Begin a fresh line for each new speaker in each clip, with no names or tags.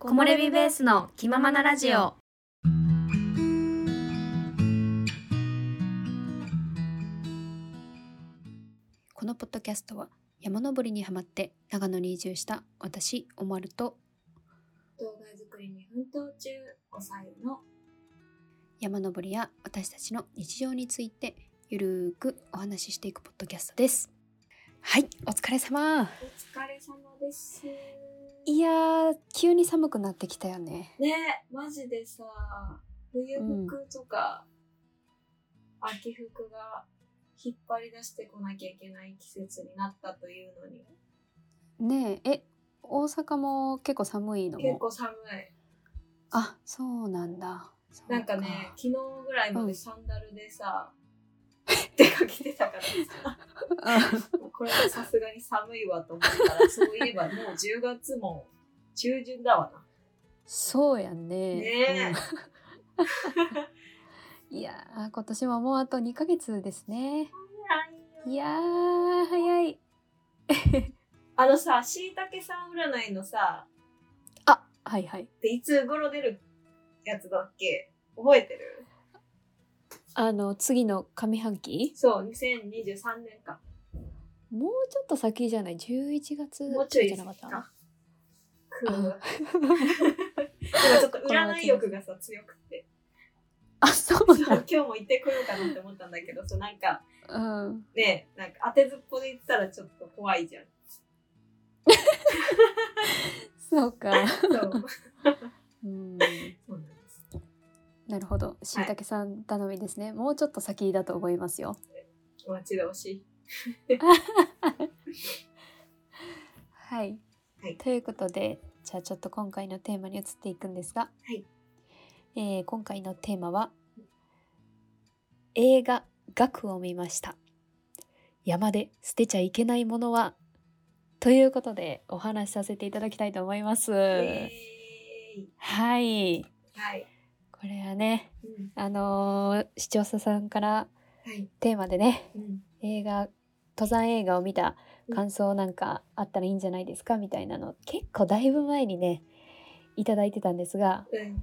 木漏れ日ベースの気ままなラジオ。
このポッドキャストは山登りにハマって長野に移住した私おまると
動画作りに奮闘中5歳の
山登りや私たちの日常についてゆるーくお話ししていくポッドキャストですはいお疲れ様
お疲れ様です
いやー急に寒くなってきたよね
ねマジでさ冬服とか、秋服が引っ張り出してこなきゃいけない季節になったというのに
ねええ大阪も結構寒いの
結
も
構寒い
あそうなんだそう
なんかね昨日ぐらいまでサンダルでさ、出かけてたからさもうこれはさすがに寒いわと思ったらそういえばもう10月も中旬だわな
そうやん ね
ね
うんいやー今年ももうあと2ヶ月ですね
はい
いやー早い
あのさ、しいたけさん占いのさ、
あはいはい
でいつ頃出るやつだっけ覚えてる
あの次の上半期
そう、2023年か。
もうちょっと先じゃない11月
もうちょい
じ
で
ゃ
す
なか
か
っ。た
く
あ
ーなんかち ょっと占い欲がさ、強くて。
あそう
そう
な
今日も行ってこようかなって思ったんだけど、そうなんか
んうん
ね、なんか当てずっぽで行ったらちょっと怖いじゃん。
そう か
そう。
う
そうな
ん
んです。
なるほどしいたけさん頼みですね、もうちょっと先だと思いますよ
お待ち遠しい。
はい、
はい
ということでじゃあちょっと今回のテーマに移っていくんですが、
はい
えー今回のテーマは映画「学を見ました山で捨てちゃいけないものは?」ということでお話しさせていただきたいと思います。
えー、
はい
はい。
これはね
うん
あのー視聴者さんから
はい。
テーマでね
うん
映画登山映画を見た感想なんかあったらいいんじゃないですかみたいなの結構だいぶ前にねいただいてたんですが
うん。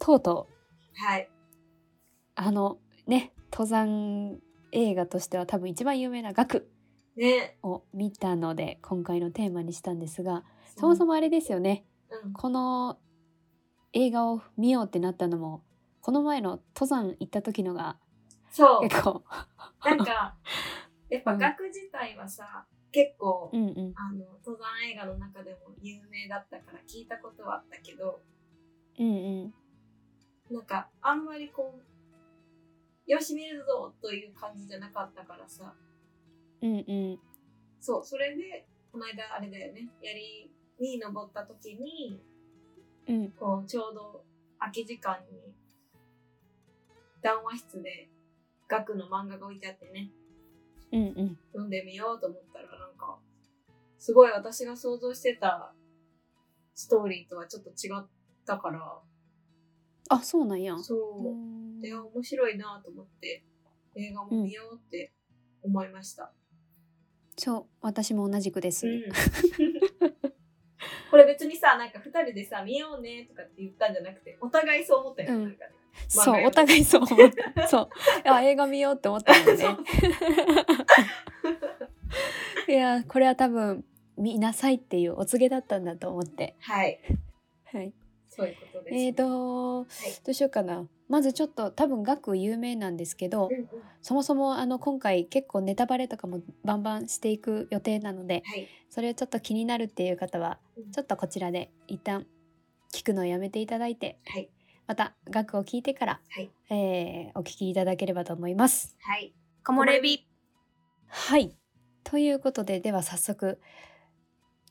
とうとう
はい。
あのね登山映画としては多分一番有名な「学
ね。
を見たので今回のテーマにしたんですがそもそ
も、
もあれですよね
うん、
この映画を見ようってなったのもこの前の登山行った時のが
そう。
結構
なんか、 やっぱ
うん
学自体はさ、結構、
うんうん
あの、登山映画の中でも有名だったから聞いたことはあったけど、
うんうん
なんか、あんまりこう、よし見るぞという感じじゃなかったからさ、
うんうん
そう、それで、この間あれだよね、槍に登った時に、
うん
こう、ちょうど空き時間に、談話室で、学の漫画が置いてあってね、
うんうん
読んでみようと思ったらなんかすごい私が想像してたストーリーとはちょっと違ったから
あそうなんや
そううんで面白いなと思って映画も見ようって思いました、
そう私も同じくです、
うん これ別にさなんか2人でさ見ようねとかって言ったんじゃなくてお互いそう思ったよね、
うん
なんかね漫
そ
画
う
よ
お互いそう 思ったそうあ映画見ようって思ったんだねいやこれは多分見なさいっていうお告げだったんだと思って
はい
はい
そういうことです、
えーと、どうしようかなまずちょっと多分学有名なんですけど
うんうん
そもそもあの今回結構ネタバレとかもバンバンしていく予定なので
はい
それをちょっと気になるっていう方は
うん
ちょっとこちらで一旦聞くのをやめていただいて
はい
また楽を聞いてから、
はい
えーお聞きいただければと思います。
はい
木漏れ日。
はいということででは早速、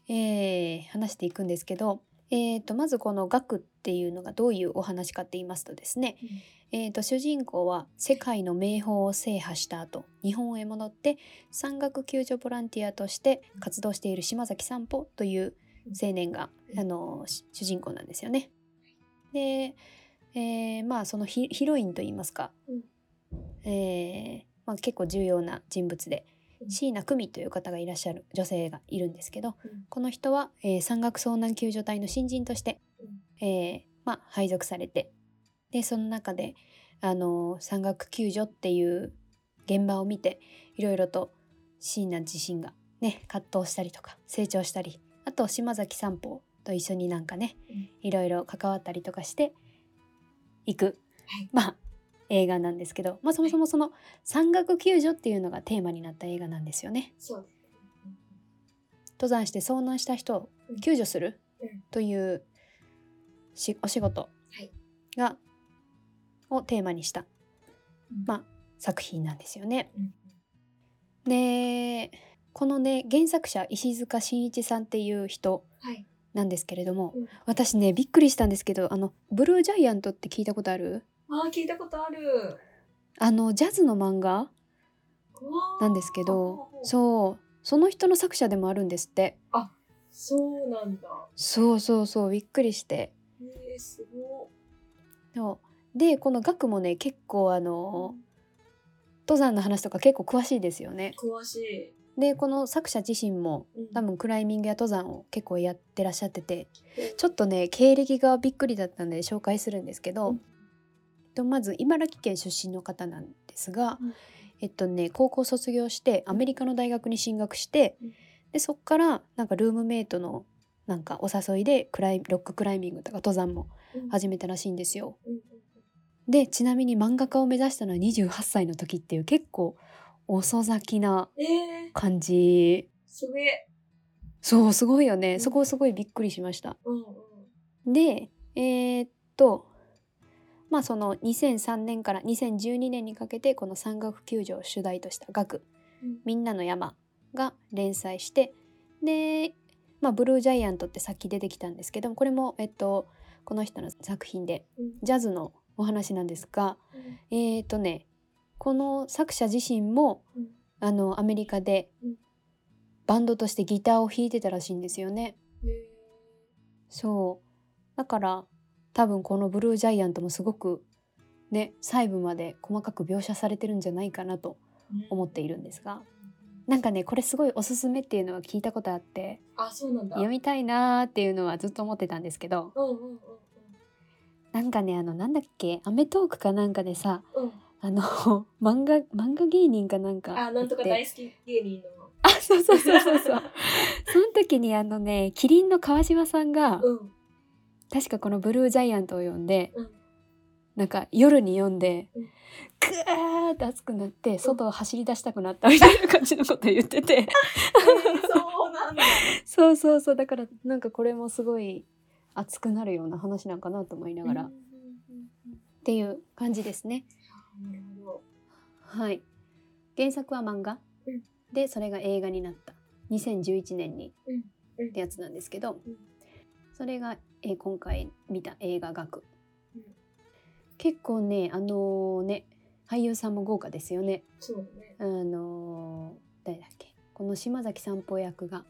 えー話していくんですけど、えー、とまずこの「楽」っていうのがどういうお話かって言いますとですね、えー、と主人公は世界の名峰を制覇した後日本へ戻って山岳救助ボランティアとして活動している島崎三歩という青年が、
うん
あのし主人公なんですよね。で、えーまあそのヒヒロインといいますか、
うん
えーまあ、結構重要な人物で、椎名久美という方がいらっしゃる女性がいるんですけど、
うん
この人は、えー山岳遭難救助隊の新人として、えーまあ、配属されてでその中で、あのー山岳救助っていう現場を見ていろいろと椎名自身がね葛藤したりとか成長したりあと島崎三宝と一緒になんかね
うん
いろいろ関わったりとかしていく、
はい
まあ映画なんですけど、まあ、そもそもその山岳救助っていうのがテーマになった映画なんですよね。
そうですね。
登山して遭難した人を
うん
救助する
うん
というしお仕事
はい
がをテーマにした
うん
まあ作品なんですよね。
うん
でこのね原作者石塚真一さんっていう人
はい。
なんですけれども
うん
私ねびっくりしたんですけどあのブルージャイアントって聞いたことある
ああ、聞いたことある。
あのジャズの漫画なんですけど
そう。
そうその人の作者でもあるんですって
そうなんだ。
そうそうそうびっくりして
えー、すご
そうでこの額もね結構あの
い。
登山の話とか結構詳しいですよね。
詳しい。
でこの作者自身も
うん
多分クライミングや登山を結構やってらっしゃっててちょ
ょっ
っとね経歴がびっくりだったので紹介するんですけど、
うん
とまず茨城県出身の方なんですが、
うん
えっとね高校卒業してアメリカの大学に進学して、
うん
でそっからなんかルームメイトのなんかお誘いでクライロッククライミングとか登山も始めたらしいんですよ。
うんうん
でちなみに漫画家を目指したのは28歳の時っていう結構遅咲きな
うんえー、
感じ
すげえ。
そうすごいよ
う
ね
ん
そこすごいびっくりしました
うんうん。
でえーっとまあその2003年から2012年にかけてこの山岳救助を主題とした学
うん
「みんなの山」が連載してで、まあ、ブルージャイアントってさっき出てきたんですけどもこれも、えっと、この人の作品で
うん
ジャズのお話なんですが
うん
えーとねこの作者自身も
うん
あのアメリカで
うん
バンドとしてギターを弾いてたらしいんですよね。
え
そうだから多分この「ブルージャイアント」もすごくね細部まで細かく描写されてるんじゃないかなと
ー
思っているんですが。
うん
なんかねこれすごいおすすめっていうのは聞いたことあって
あ、そうなんだ。
読みたいなーっていうのはずっと思ってたんですけど
うんうんうん
なんかねあのなんだっけ『アメトーーク』かなんかでさ
うん。うん。
あの 漫画漫画芸人かなんか
あ、なんとか
いて
大好き芸人の。
あそうそうそうそうそうその時にあのねキリンの川島さんが、
うん
確かこの「ブルージャイアント」を読んで
うん。
なんか夜に読んで、
うん
グーって熱くなって外を走り出したくなったみたいな感じのことを言っ てて
えーそうなんだ。
そうそうそうだからなんかこれもすごい熱くなるような話なんかなと思いながら、
う
っ
んうんうん
ていう感じですね。
うんなるほど。
はい原作は漫画、
うん
でそれが映画になった2011年に
うんうん
ってやつなんですけど、
うん
それが、えー今回見た映画学、
うん
結構ねあのね俳優さんも豪華ですよね
そうだね。
あのー誰だっけこの島崎三宝役が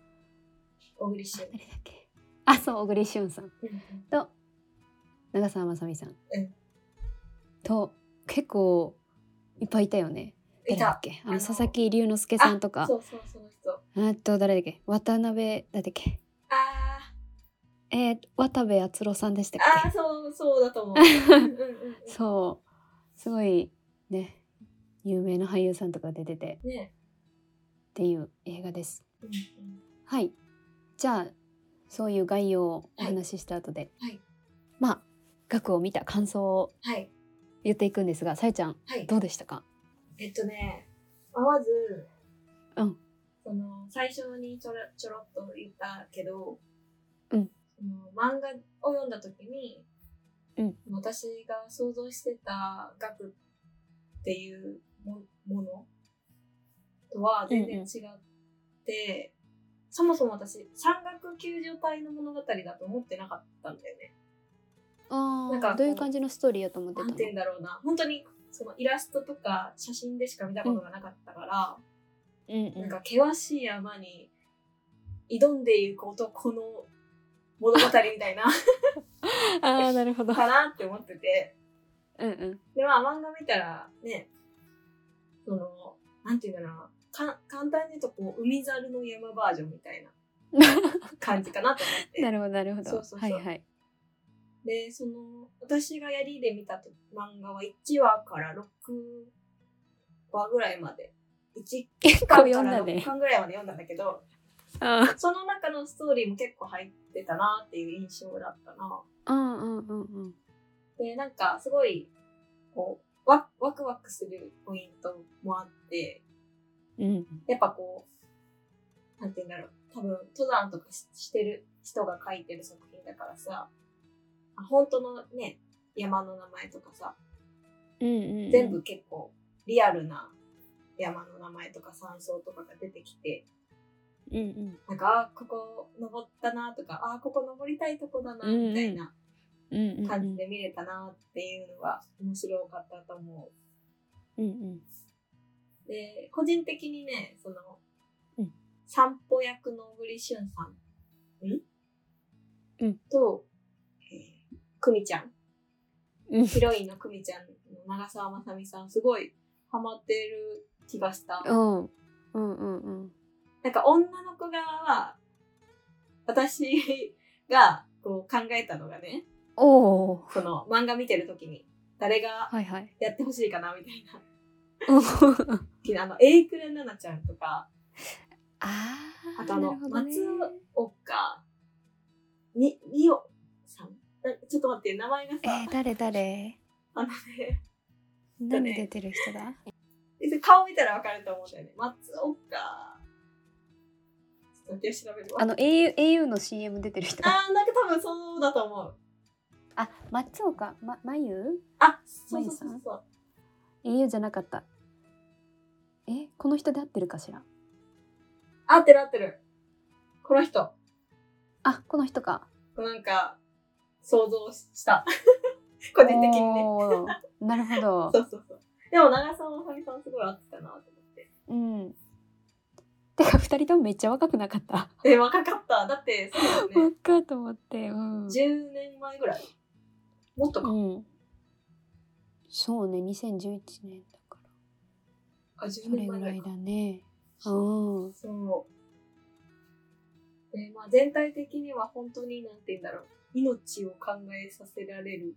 小栗旬。
誰だっけあそう小栗旬さん
うん
と長澤まさみさん、
ん
と結構いっぱいいたよね
うんい。
誰だったけ
あ
あの
の
佐々木龍之介さんとか
そうそうその人。
あと誰だっけ渡辺だっけ
あ
えー渡部篤郎さんでした
ー
っけ
あー、そうそうだと思う。うんうんうん
そうすごいね有名な俳優さんとか出てて
うん。ね。
っていう映画です
うんうん
はいじゃあそういう概要をお
はい
話しした後で、
はい
まあ額を見た感想を
はい
言っていくんですがさえちゃん
はい。
どうでしたか
えっとね、まず、
うん
その最初にちょろちょろっと言ったけど、
うん
その漫画を読んだ時に、
うん
私が想像してた額っていうもものとは全然違って、そもそも私山岳救助隊の物語だと思ってなかったんだよね。
あ
なんか
どういう感じのストーリーやと思ってた
な
の
んて言うんだろうな本当にそのイラストとか写真でしか見たことがなかったから、
うん
なん
う
か険しい山に挑んでいく男の物語みたい な
ん、ああなるほど
かなって思ってて
うんうん
でまあ漫画見たらねそのなんていうんだろうなか簡単に言うとこう海猿の山バージョンみた いな感じかなと思って
なるほどなるほど
そうそうそう
はいはい
でその私がやりで見たと漫画は1話から6話ぐらいまで1
結構
巻
読
か
ん
ら
だ
6
ね
巻ぐらいまで読んだんだけど
うん
その中のストーリーも結構入ってたなっていう印象だったな
うんうんうんうん
でなんかすごいこうワワクワクするポイントもあって
うん
やっぱこう、なんて言うんだろう。多分、登山とかししてる人が書いてる作品だからさ、あ本当のね、山の名前とかさ、
うんうん
全部結構リアルな山の名前とか山荘とかが出てきて、
うんうん
なんか、あここ登ったなとか、あここ登りたいとこだな、みたいな
うんうんうん
感じで見れたなっていうのが面白かったと思
うんうん
う。で、個人的にね、その、
うん
散歩役の小栗旬さん
うん
と、えー久美ちゃん、
うん
ヒロインの久美ちゃんの長澤まさみさん、すごいハマってる気がした。
うんうんうんうん
なんか女の子側は、私がこう考えたのがね、
おお
その漫画見てる時に、誰が
は いはい
やってほしいかなみたいな
うん
き。あの、エイクラナナちゃんとか、
あ
あ
あ
とあの、
なるほどね
松岡、に、におさんなちょっと待って、名前がさ、
えー、誰誰
あのね、
何出てる人だ
別に顔見たらわかると思うんだよね。松岡。ちょっと待って調べるわ。
あの au, au の CM 出てる人
あーなんか多分そうだと思う。
あ松岡ままゆ
あ、そうそうそうそう。
au じゃなかったえこの人で合ってるかしら
合ってる合ってる。この人。
あこの人か
なんか、想像した。 個人的にね。
おーなるほど
そうそうそう。でも長澤まさみさんすごい合ってたなと思って。
うんてか二人ともめっちゃ若くなかった
え、若かった。だって、そうだよね。
若っと思ってうん、
10年前ぐらい。もっとか。
うん、そうね2011年だから
あ、10
それ
年
ぐ
前ぐ
ら
ら
い
いか
だ。ねうん
そう。で、まあ全体的には本当になんて言うんだろう。命を考えさせられる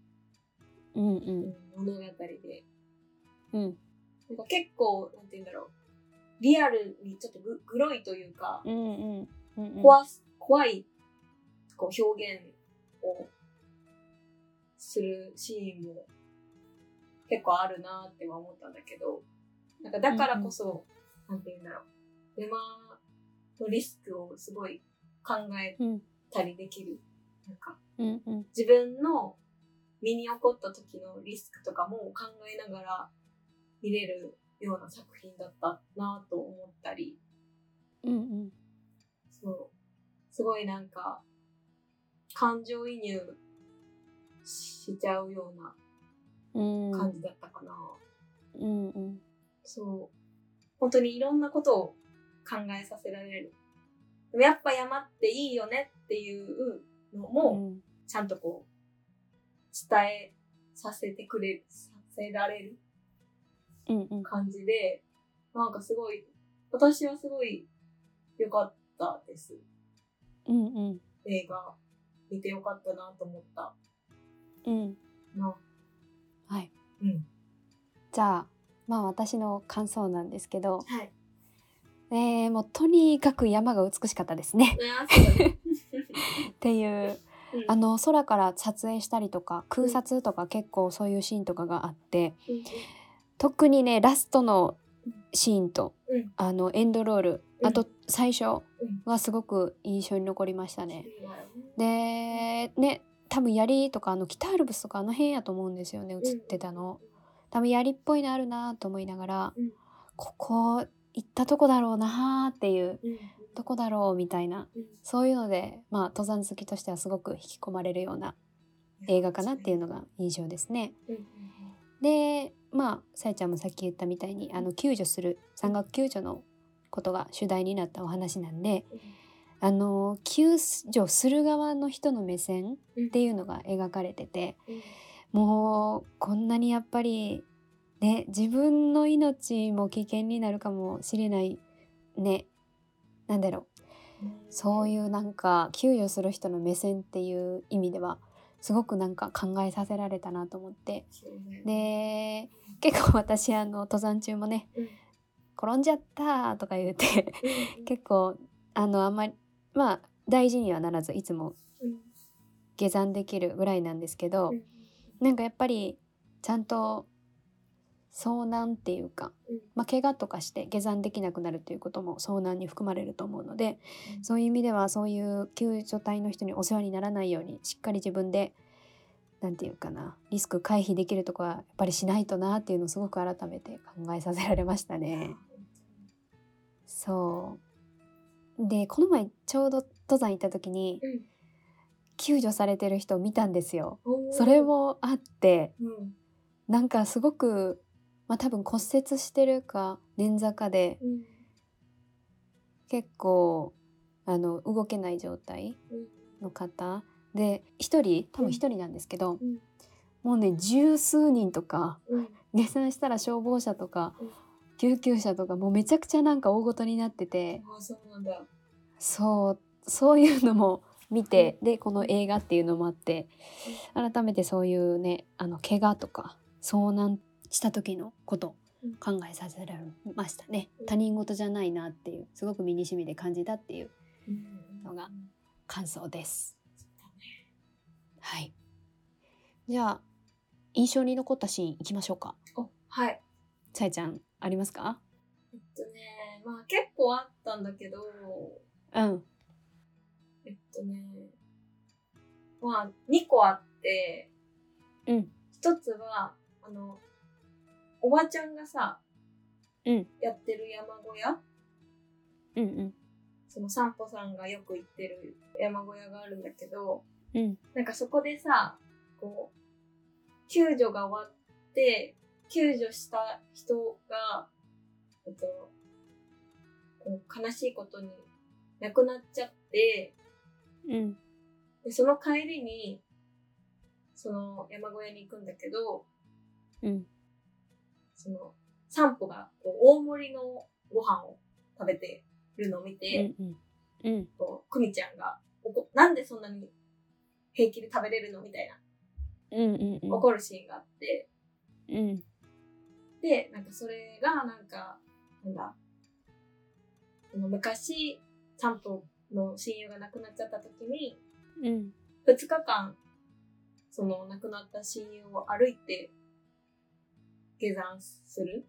う
う
んうん
ん物語で、
うん
なんか結構、なんて言うんだろう。リアルにちょっとググロいというか、
うんうんうんうん
怖す怖いこう表現をするシーンも結構あるなっては思ったんだけど、なんかだからこそ、なんて言うんだろう。山のリスクをすごい考え
うん
たりできる。なんか
うんうん
自分の身に起こった時のリスクとかも考えながら見れるような作品だったなと思ったり、
うん
そう。すごいなんか、感情移入しちゃうよう
うん
な感じだったかな。
うんうん
そう。本当にいろんなことを考えさせられる。でもやっぱ山っていいよねっていうの
う
も、
ん
ちゃんとこう、伝えさせてくれる、させられる
うんうん
感じで、なんかすごい、私はすごい良かったです。
うんうん
映画、見て良かったなと思った
うん
な。
はい
うん。
じゃあまあ私の感想なんですけど
はい。
えー、もうとにかく山が美しかったですね
あーそうだね
っていう
うん
あの空から撮影したりとか空撮とか結構そういうシーンとかがあって
うん
特にねラストのシーンと、
うん
あのエンドロール、
うん
あと最初はすごく印象に残りましたね。でね多分槍とかあの北アルプスとかあの辺やと思うんですよね映ってたの。。多分槍っぽいのあるなと思いながら、
うん
ここ行ったとこだろうなっていう
うんうん
どこだろうみたいな
うん
そういうので、まあ、登山好きとしてはすごく引き込まれるような映画かなっていうのが印象ですね。
うんうん
でまあさえちゃんもさっき言ったみたいにあの救助する山岳救助のことが主題になったお話なんであの救助する側の人の目線っていうのが描かれてて
うん
もうこんなにやっぱりね自分の命も危険になるかもしれないねなんだろうそういうなんか給与する人の目線っていう意味ではすごくなんか考えさせられたなと思って
そうね
で結構私あの登山中もね
うん
転んじゃったとか言って結構あのあんまりまあ大事にはならずいつも
うん
下山できるぐらいなんですけど
うん
なんかやっぱりちゃんと遭難っていうか、
うん
まあ、怪我とかして下山できなくなるということも遭難に含まれると思うのでそういう意味ではそういう救助隊の人にお世話にならないようにしっかり自分でなんていうかなリスク回避できるとこはやっぱりしないとなっていうのをすごく改めて考えさせられましたね。そうでこの前ちょうど登山行った時に
うん
救助されてる人を見たんですよ。
おー
それもあって
うん
なんかすごく、まあ、多分骨折してるか捻挫かで
うん
結構あの動けない状態
うん
の方で1人多
う
分
ん
1人なんですけど、
うん
もうね十数人とか
うん
下山したら消防車とか
うん
救急車とかもうめちゃくちゃなんか大ごとになってて
あーそうなんだ
そうそういうのも見てでこの映画っていうのもあって改めてそういうねあの怪我とか遭難した時のこと
うん
考えさせられましたね
うん
他人事じゃないなっていうすごく身に染みて感じたっていう
うん
のが感想です。はいじゃあ印象に残ったシーンいきましょうか。
おはい
さえちゃんありますか
えっとねまあ結構あったんだけど
うん
えっとねまあ2個あって
うん
一つはあのおばちゃんがさ、
うん
やってる山小屋
うん
その散歩さんがよく行ってる山小屋があるんだけど
うんうん
なんかそこでさこう救助が終わって救助した人が、えっと、こう悲しいことに亡くなっちゃって
うん
でその帰りにその山小屋に行くんだけど
うん
その散歩がこう大盛りのご飯を食べてるのを見て、
うんうん
こう久美ちゃんがおこなんでそんなに平気で食べれるのみたいな
うんうんうん
怒るシーンがあって、
うん
でなんかそれがなんかなんだその昔散歩の親友が亡くなっちゃった時に
うん
2日間その亡くなった親友を歩いて下山する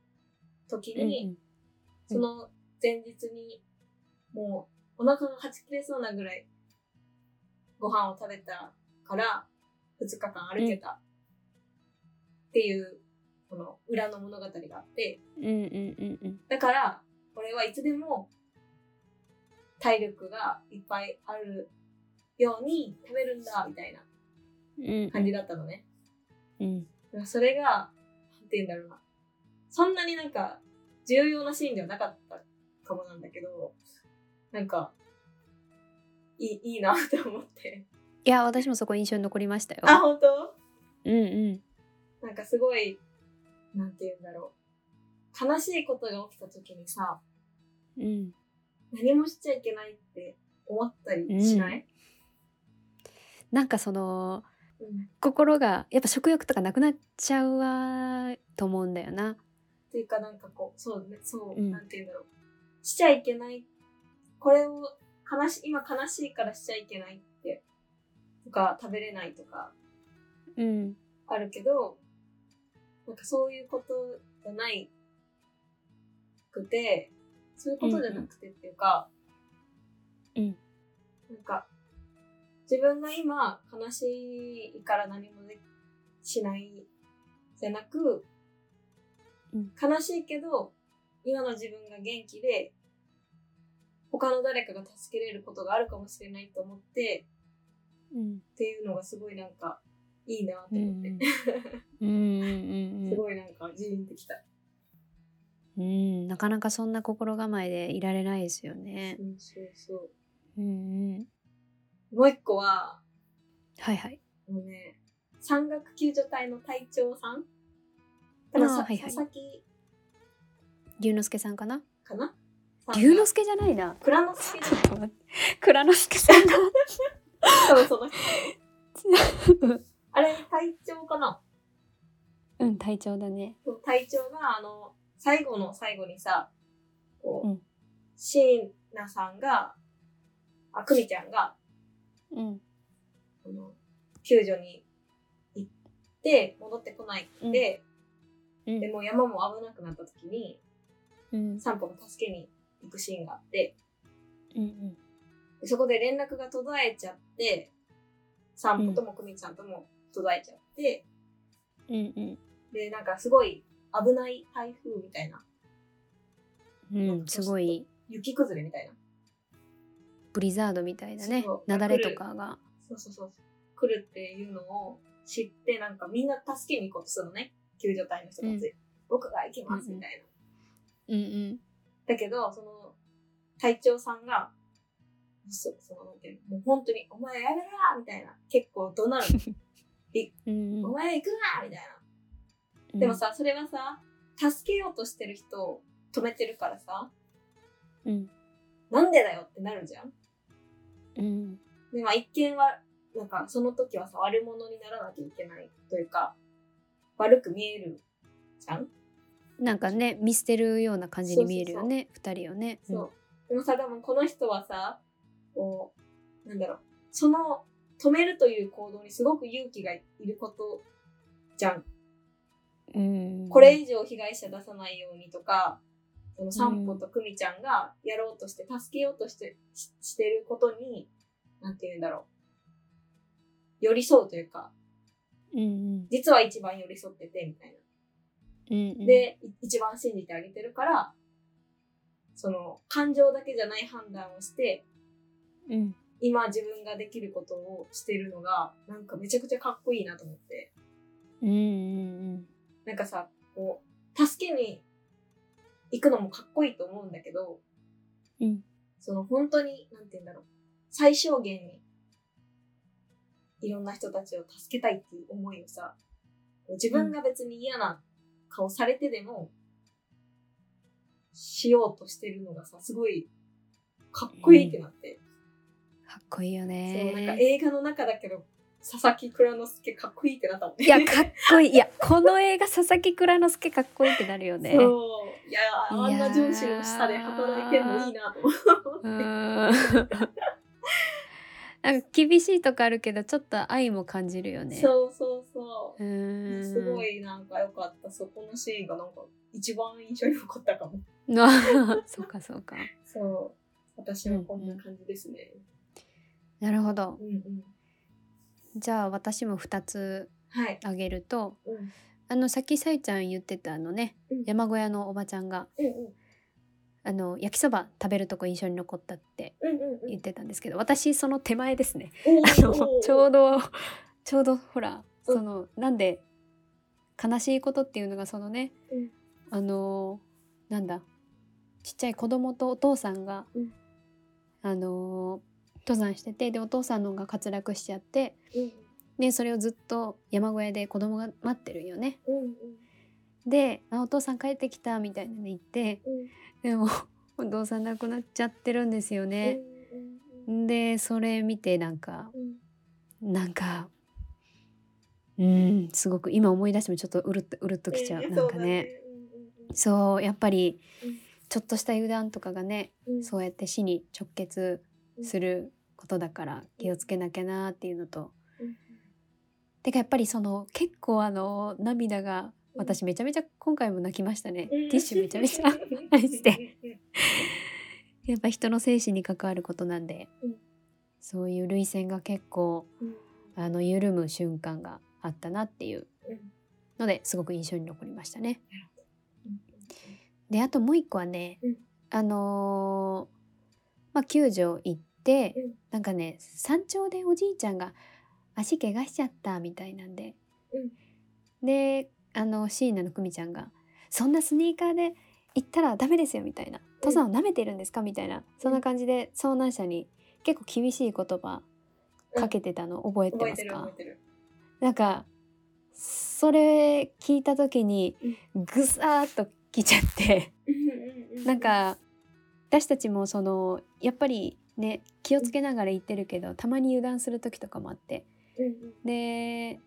時に、その前日に、もうお腹がはち切れそうなぐらい、ご飯を食べたから、2日間歩けた。っていう、この裏の物語があって、
うんうんうんうん
だから、俺はいつでも、体力がいっぱいあるように食べるんだ、みたいな
うん
感じだったのね。
うん
だからそれが、なんて言うんだろうな。そんなになんか、重要なシーンではなかったかもなんだけど、なんか、いい、いいなって思って。
いや私もそこ印象に残りましたよ。
あ、本当
うんうん
なんかすごい、なんて言うんだろう。悲しいことが起きた時にさ、
うん、
何もしちゃいけないって思ったりしない、
なんかその
うん
心がやっぱ食欲とかなくなっちゃうわと思うんだよな。
っていうかなんかこうそうねそう、
うん
なんて言うんだろうしちゃいけないこれを悲し今悲しいからしちゃいけないってとか食べれないとか
うん
あるけどなんかそういうことじゃないくてそういうことじゃなくてっていうか、
うん
なんか自分が今悲しいから何もでしないじゃなく、
うん
悲しいけど今の自分が元気で他の誰かが助けれることがあるかもしれないと思って
うん
っていうのがすごいなんかいいなと
うんう
思って、
ん うんうん
すごいなんかジーンってきた。
うんうんなかなかそんな心構えでいられないですよね
そ。うそうそ
うんうん
う。もう一個は、
はいはい。
あのね、山岳救助隊の隊長さん多分
あー
さ
はいはい
佐々木
龍之介さんかな。
かな
龍之介じゃないな。
蔵之介
ちょっと待って。蔵之介さんが。
多分 その人。あれ、隊長かな
うん、隊長だね。
そう隊長が、あの、最後の最後にさ、こ
うん
う、椎名、さんが、あ、久美ちゃんが、
うん。
この救助に行って、戻ってこないって、
うん
でもう山も危なくなった時に、
うん。
散歩が助けに行くシーンがあって、
うん。
でそこで連絡が途絶えちゃって、散歩とも久美ちゃんとも途絶えちゃって、
うん。うん。
で、なんかすごい危ない台風みたいな、
うん。うん。すごい。
雪崩れみたいな。
ブリザードみたいなね。
そう
雪崩とかが。
そうそうそう。来るっていうのを知って、なんかみんな助けに行こうとするのね。救助隊の人たち。
うん
僕が行きます、
うんうん
みたいな。
うん。うん。
だけど、その、隊長さんが、そそのなんていうのもう本当に、お前やめろみたいな。結構怒鳴る。
うん
お
う
前行くなみたいな。
ん。
でもさ、それはさ、助けようとしてる人を止めてるからさ、
うん。
なんでだよってなるじゃん。
うん。
で、まあ一見は、なんかその時はさ、悪者にならなきゃいけないというか、悪く見えるじゃん
なんかね、見捨てるような感じに見えるよね。二人をね。ん
そう。。でもさ、でもこの人はさ、こう、なんだろう、その、止めるという行動にすごく勇気がいることじゃん。
うん。
これ。以上被害者出さないようにとか、その散歩と久美ちゃんがやろうとして、助けようとしてししてることに、なんて言うんだろう。寄り添うというか、
うん。うん
実は一番寄り添ってて、みたいな。
うん。
で、い一番信じてあげてるから、その、感情だけじゃない判断をして、
うん。
今自分ができることをしてるのがなんかめちゃくちゃかっこいいなと思って
うん。うん。
なんかさこう助けに行くのもかっこいいと思うんだけど
うん。
その本当になんて言うんだろう最小限にいろんな人たちを助けたいっていう思いをさ自分が別に嫌な顔されてでもしようとしてるのがさすごいかっこいいってなって、
かっこいいよ
そうなんか
ね。
映画の中だけど佐々木蔵之介かっこいいってなったもんね。
いや、かっこいい。いや、この映画、佐々木蔵之介かっこいいってなるよね。
そういやーあん
いや
な
ー
上司の下で働いてるのいいなと思
うーんなんか厳しいとこあるけどちょっと愛も感じるよ
う、
ね。
そうそうそうう、
ーん
すごいなんか良かったそこのシーンがなんか一番印象に残ったかも
そうかそうか。
そう私はこんな感じですね
なるほど
う。んうん
じゃあ私も2つ
はい、
あげると
うん、うん
あのさっきさいちゃん言ってたあのね
うん
山小屋のおばちゃんが
うん
あの焼きそば食べるとこ印象に残ったって
うんうんうん
言ってたんですけど私その手前ですね。
お
あ
ー
の
おー
ちょうどちょうどほら
うん
そのなんで悲しいことっていうのがそのね、
うん
あのなんだちっちゃい子供とお父さんが、
うん
あの登山しててでお父さんの方が滑落しちゃって
うん
でそれをずっと山小屋で子供が待ってるよね。
うんうん
で「あお父さん帰ってきた」みたいなの言って
うん
でも お父さん亡くなっちゃってるんですよね。
うん
でそれ見てなんか
うん
なんかうんすごく今思い出してもちょっとうるっとうるっときちゃう、
えー
なん
そう
か
だ
ね
ね
そうやっぱり
うん
ちょっとした油断とかがね、
うんうんうん
そうやって死に直結することだから気をつけなきゃなっていうのと、
うんうん
てかやっぱりその結構あの涙が私めちゃめちゃ今回も泣きましたね、
うん
ティッシュめちゃ めちゃ愛して。やっぱ人の生死に関わることなんで、
うん
そういう涙腺が結構
うん
あの緩む瞬間があったなっていう
うん
のですごく印象に残りましたね。
うん
であともう一個はね、
うん
あのーまあ救助行って、
うん
なんかね山頂でおじいちゃんが足怪我しちゃったみたいなんで、であの椎名の久美ちゃんが「そんなスニーカーで行ったらダメですよ」みたいな「登山を舐めてるんですか?」みたいなそんな感じで遭難者に結構厳しい言葉かけてたの覚えて
覚え
ま
て
す
る
か
覚えてる。
なんかそれ聞いた時にぐさーっと来ちゃって
うんうんうん
なんか私たちもそのやっぱりね気をつけながら言ってるけどたまに油断する時とかもあってで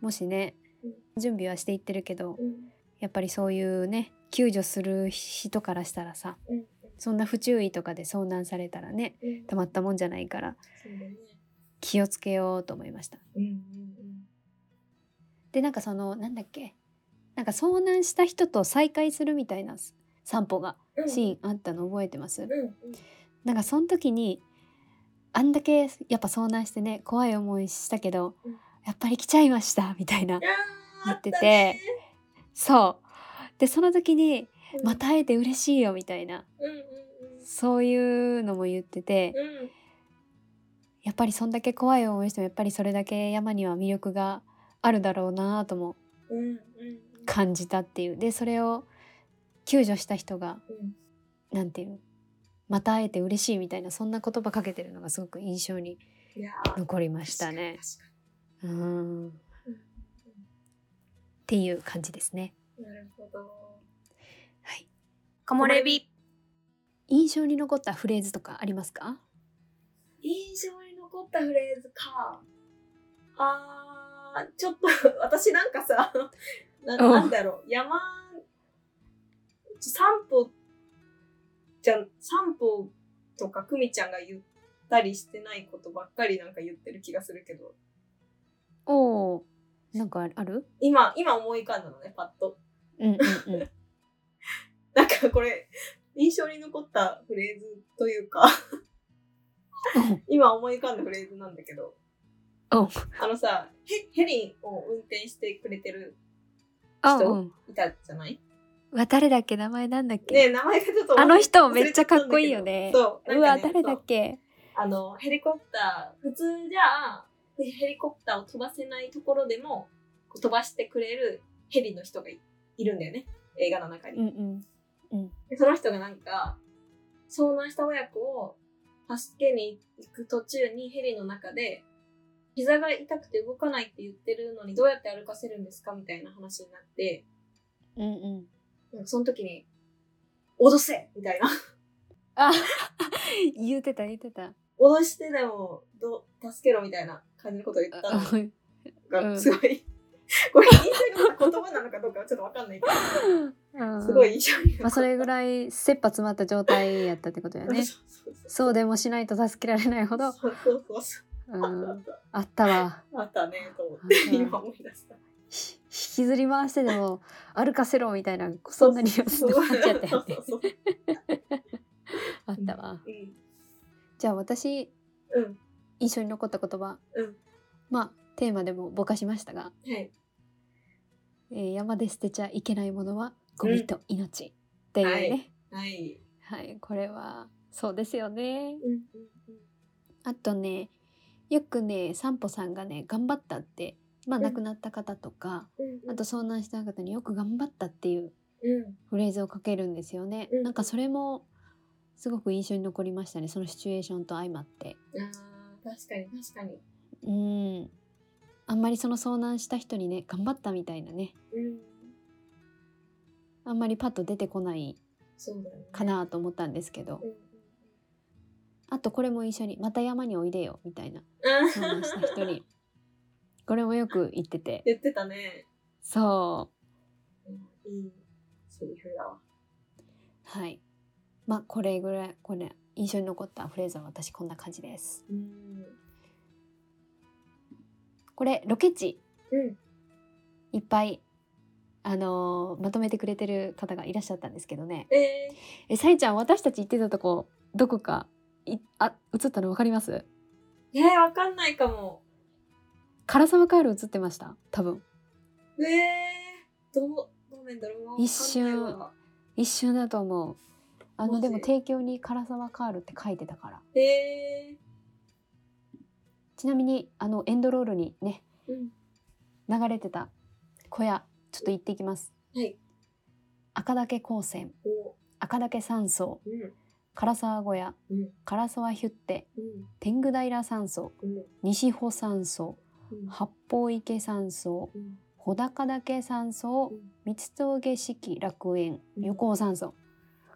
もしね
うん
準備はしていってるけど
うん
やっぱりそういうね救助する人からしたらさ
うん
そんな不注意とかで遭難されたらね
うん
たまったもんじゃないから
そうだね
気をつけようと思いました。
うんうん
でなんかそのなんだっけなんか遭難した人と再会するみたいな散歩が
うん
シーンあったの覚えてます、
うんうん
なんかその時にあんだけやっぱ遭難してね怖い思いしたけど、
うん
やっぱり来ちゃいましたみたいな
あー
言ってて
あたね
そうでその時に
うん
また会えて嬉しいよみたいな
うんうん
そういうのも言ってて
うんうん
やっぱりそんだけ怖い思いしてもやっぱりそれだけ山には魅力があるだろうなとも
うんうん
感じたっていうでそれを救助した人が
うん
なんていうまた会えて嬉しいみたいなそんな言葉かけてるのがすごく印象に
いやー
残りましたね。
確か
うん
に確か
っていう感じですね。
にうんなるほど
はい、
木漏れ日。
印象に残ったフレーズとかありますか？
印象に残ったフレーズかあーちょっと 私なんかさな
うん
なんだろう山散歩じゃん散歩とか久美ちゃんが言ったりしてないことばっかりなんか言ってる気がするけど
おお、なんかある？
今今思い浮かんだのねパッと
うんうんうん。
なんかこれ印象に残ったフレーズというか今思い浮かんだフレーズなんだけど
お
あのさヘヘリを運転してくれてる
あ、
人
うん。
いたじゃない
わ誰だっけ名前なんだっけ？
ね名前がちょっと
あの人めっちゃかっこいいよね
そう
う
な
わ
んかね
誰だっけ？
そうあのヘリコプター普通じゃあヘリコプターを飛ばせないところでもこう飛ばしてくれるヘリの人がいいるんだよね映画の中に、
うんうん。
でその人がなんか遭難した親子を助けに行く途中にヘリの中で膝が痛くて動かないって言ってるのにどうやって歩かせるんですかみたいな話になって
うんうん。
なんかその時に「脅せ!」みたいな
あ、言ってた言ってた。
脅してでもど助けろみたいな感じのことを言ったの
あうん
がすごい、 これ印象に残った言葉なのかどうかはちょっとわかんないけ
うん
どすごい印象に残った
まあそれぐらい切羽詰まった状態やったってことだよ ね。
そうそうそう
そうでもしないと助けられないほど、
そうそうそうそう
うん、あったわ。
あったねと思っ
う
て
ん
今思い出した
ひ引きずり回してでも歩かせろみたいなそんなにやつ
そ
に
う
なっちゃった
そ
よ
う
ね。
そうそう
あったわ。
うん
じゃあ私
うん
印象に残った言葉、
うん
まあテーマでもぼかしましたが、
はい
えー山で捨てちゃいけないものはゴミと命っていうね。
はい
はい、これはそうですよね。
うんうん
あとねよくね散歩さんがね頑張ったってまあ
うん
亡くなった方とか、
うん
あと遭難した方によく頑張ったっていう
うん
フレーズをかけるんですよね、
うん
なんかそれもすごく印象に残りましたねそのシチュエーションと相まって
あー確かに確かに
うんあんまりその遭難した人にね頑張ったみたいなね
うん
あんまりパッと出てこない
そうだよね
かなと思ったんですけど、
うんうん
あとこれも一緒に「また山においでよ」みたいな
うん
遭難した人に これもよく言ってて
言ってたね
そう
うんいいセリフだわ
はい。まあこれぐらいこれ印象に残ったフレーズは私こんな感じです。
うん
これロケ地
うん
いっぱいあのーまとめてくれてる方がいらっしゃったんですけどね。
えー
えさえちゃん私たち行ってたとこどこかいあ映ったのわかります？
えー、わかんないかも。
唐沢カール映ってました多分
えー、どう、どうなんだろうわかんないわ。
一瞬一瞬だと思う。あ
マ
の
ジ
でも提供に唐沢カールって書いてたから。
え
ちなみにあのエンドロールにね
ー、うん。
流れてた小屋ちょっと行ってきます。
はい。
赤岳高専
お、
赤岳山荘
うん、
唐沢小屋
うん、
唐沢ヒュッテ
うん、
天狗平山荘
うん、
西穂山荘
うん、
八方池山荘
うん、
穂高岳山荘
うん
三峠式楽園
うん
横尾山荘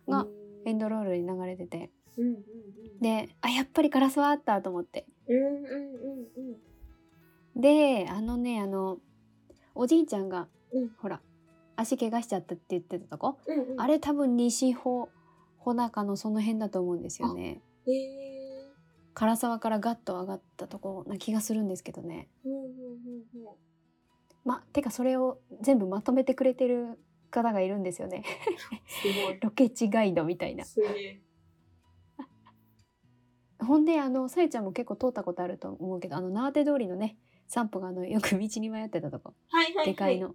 が、
うん、
えエンドロールに流れてて
うんうんうん。
であやっぱりガラスはあったと思って
うんうんうんうん。
であのねあのおじいちゃんが、
うん
ほら足怪我しちゃったって言ってたとこ、
うんうん、
あれ多分西穂穂高のその辺だと思うんですよね
へえ
唐沢からガッと上がったとこな気がするんですけどね
うんうんうんうん。
まてかそれを全部まとめてくれてる方がいるんですよね
すごい。
ロケ地ガイドみたいな
すげえ。
ほんであのさえちゃんも結構通ったことあると思うけどあの縄手通りのね散歩があのよく道に迷ってたとこ
はいはい、はい。
でかいの、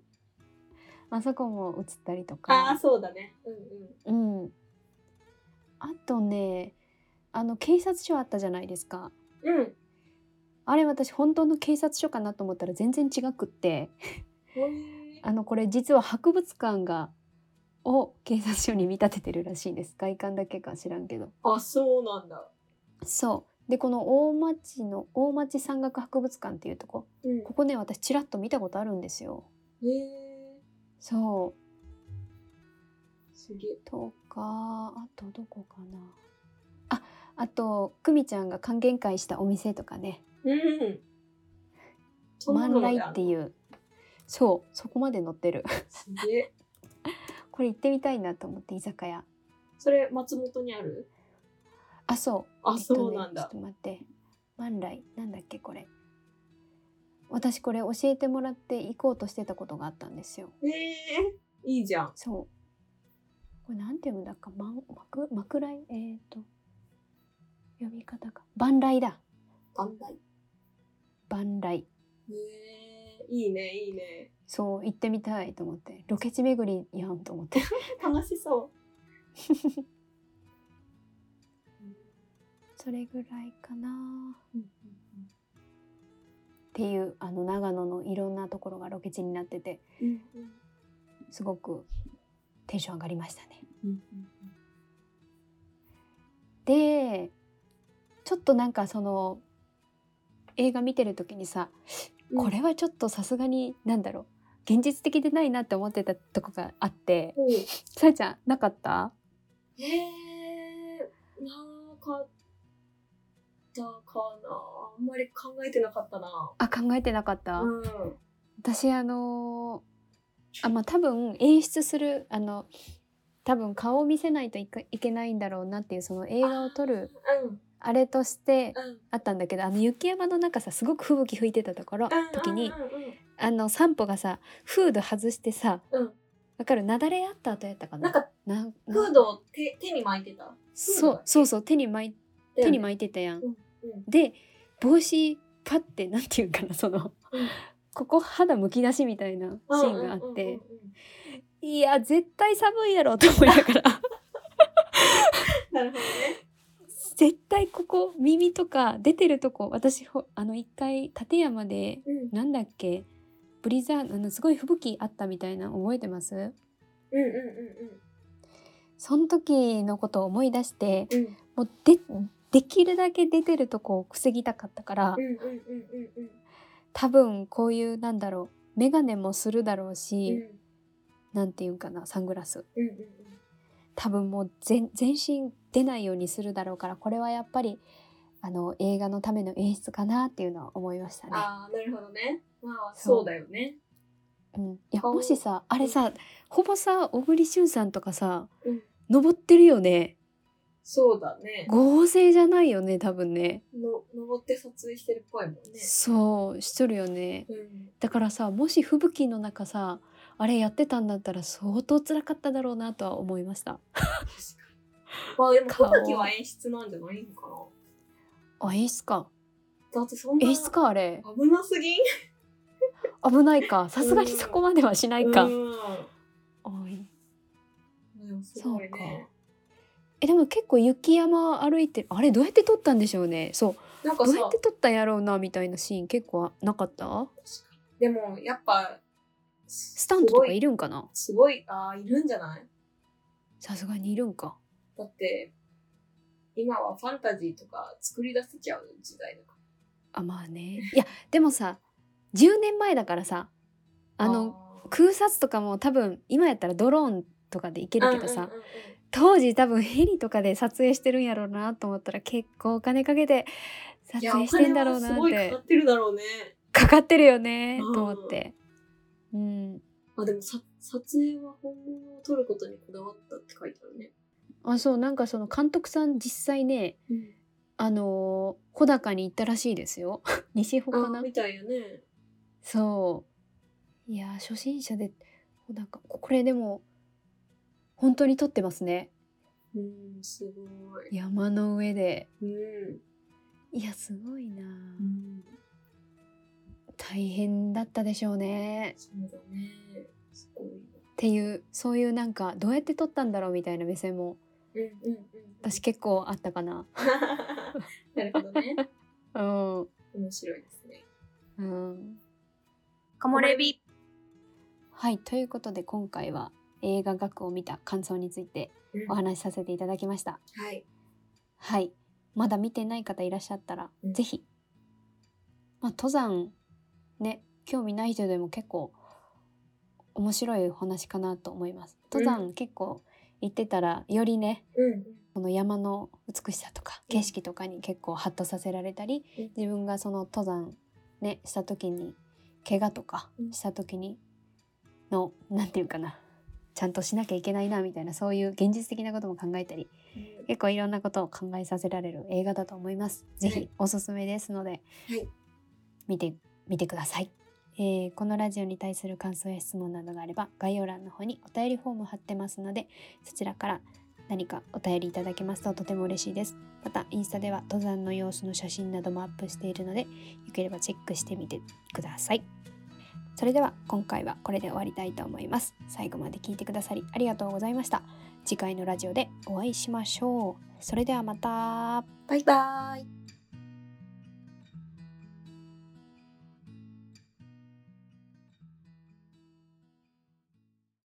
あそこも映ったりと
ああ、
か
そうだね。うんうん。
うんあとねあの警察署あったじゃないですか
うん。
あれ私本当の警察署かなと思ったら全然違くって
へえ
あのこれ実は博物館がを警察署に見立ててるらしいんです外観だけか知らんけど
あ、そうなんだ。
そうでこの大町の大町山岳博物館っていうとこ
うん。
ここね私ちらっと見たことあるんですよ
へえ
そ
すげえ
う。とかあとどこかなああと久美ちゃんが還元会したお店とかね
うん。
万来って
う。
いうそうそこまで載ってる
すげえ。
これ行ってみたいなと思って居酒屋
それ、松本にある
あそう
あ、
えっとね
そうなんだ
ちょっ。と待って万来なんだっけこれ私これ教えてもらって行こうとしてたことがあったんですよ
へえいいじゃん。
そうこれなんて読むんだっかまんまくまくらいえっ、ー、と読み方か万来だ
万来。
万来
へえいいね、いいね。
そう行ってみたいと思ってロケ地巡りやんと思って
楽しそう。
それぐらいかな
うんうん
っていうあの長野のいろんなところがロケ地になってて
うんうん
すごくテンション上がりましたね
うん
でちょっとなんかその映画見てる時にさ、
うん
これはちょっとさすがになんだろう現実的でないなって思ってたとこがあって
うんうん
さやちゃんなかった
へえなかったかなあんまり考えてなかったな
あ考えてなかった、
うん
私あのーあまあ多分演出するあの多分顔を見せないといけいけないんだろうなっていうその映画を撮る
うん
あれとして
うん
あったんだけどあの雪山の中さすごく吹雪吹いてたところ時
う
に
んうんうん
あの散歩がさフード外してさ
うん
わかるなだれあった後やったか
な
なん
か
なん
フードを手手に巻いてた
そ
フードだっ
う
け
そうそう手に巻い手に巻いてたやん。
うん
で帽子パッてなんていうかなその、
うん
ここ肌むき出しみたいなシーンがあって、
うんうんうんうん
いや絶対寒いやろと思いなが ら
なるほどね
絶対ここ耳とか出てるとこ私ほあの一回立山で
うん
なんだっけブリザードあのすごい吹雪あったみたいなの覚えてます
うんうん
その時のことを思い出して、
うんうん
もうでできるだけ出てるとこを防ぎたかったから
うんうんうんうんうん
多分こういうなんだろう眼鏡もするだろう
うん
し、なんていうんかなサングラス
うんうんうん
多分もう全全身出ないようにするだろうからこれはやっぱりあの映画のための演出かなっていうのは思いましたね。
ああなるほどねまあ
そう
そうだよね
うん、いや
顔
もしさあれさほぼさ小栗旬さんとかさ
うん
登ってるよね
そうだね
合成じゃないよね多分ね
の登って撮影してるっぽいもんね
そうしとるよね。
うん
だからさもし吹雪の中さあれやってたんだったら相当辛かっただろうなとは思いました
まあでも
顔
小きは演出なんじゃないのか
あ演出か
なだってそんな
演出かあれ
危なすぎん
危ないかさすがにそこまではしないか、
うん
おい
でもすごいね
えでも結構雪山歩いてあれどうやって撮ったんでしょうねそう
なんか
ど
さ
うやって撮ったんやろうなみたいなシーン結構なかった
でもやっぱ
ス
ス
タントとかいるんかな
すごいああいるんじゃない
さすがにいるんか
だって今はファンタジーとか作り出せちゃう時代だか
あまあねいやでもさ10年前だからさ
ら
あの空撮とかも多分今やったらドローンとかでいけ
あー
るけどさ、
うんうんうんうん
当時多分ヘリとかで撮影してるんやろうなと思ったら結構お金かけて撮
いや
影してんだろうなっ
お金はすごいかか
て
ってるだろうね
かかってるよね
うん
と思ってうん
あでもさ撮影は本物を撮ることにこだわったって書いてあるね、
あそうなんかその監督さん実際ねあのー穂高に行ったらしいですよ 西穂か
あ
な
みたいよね
そういやー初心者で穂高これでも本当に撮ってますね
うんすごい
山の上で
うん、
いやすごいなー、
うん、
大変だったでしょうね
そうだねすごい
っていうそういうなんかどうやって撮ったんだろうみたいな目線も
うんうんうん
私結構あったかな。
なるほどね
うん、う
面白いですね
ん、
木漏れ日、
はいということで今回は映画学を見た感想について
うん
お話しさせていただきました。
はい
はいまだ見てない方いらっしゃったら、
うん
ぜひ、まあ、登山ね興味ない人でも結構面白いお話かなと思います。登山結構行ってたらよりね
うんうん
この山の美しさとか景色とかに結構ハッとさせられたり、
うん
自分がその登山ねした時に怪我とか
うん
した時にのなんていうかなちゃんとしなきゃいけないなみたいなそういう現実的なことも考えたり
うん
結構いろんなことを考えさせられる映画だと思います。ぜ
は
ひ
い
おすすめですので、
はい
見てみてください。えーこのラジオに対する感想や質問などがあれば概要欄の方にお便りフォームを貼ってますのでそちらから何かお便りいただけますととても嬉しいです。またインスタでは登山の様子の写真などもアップしているのでよければチェックしてみてください。それでは今回はこれで終わりたいと思います。最後まで聞いてくださりありがとうございました。次回のラジオでお会いしましょう。それではまた。
バイバーイ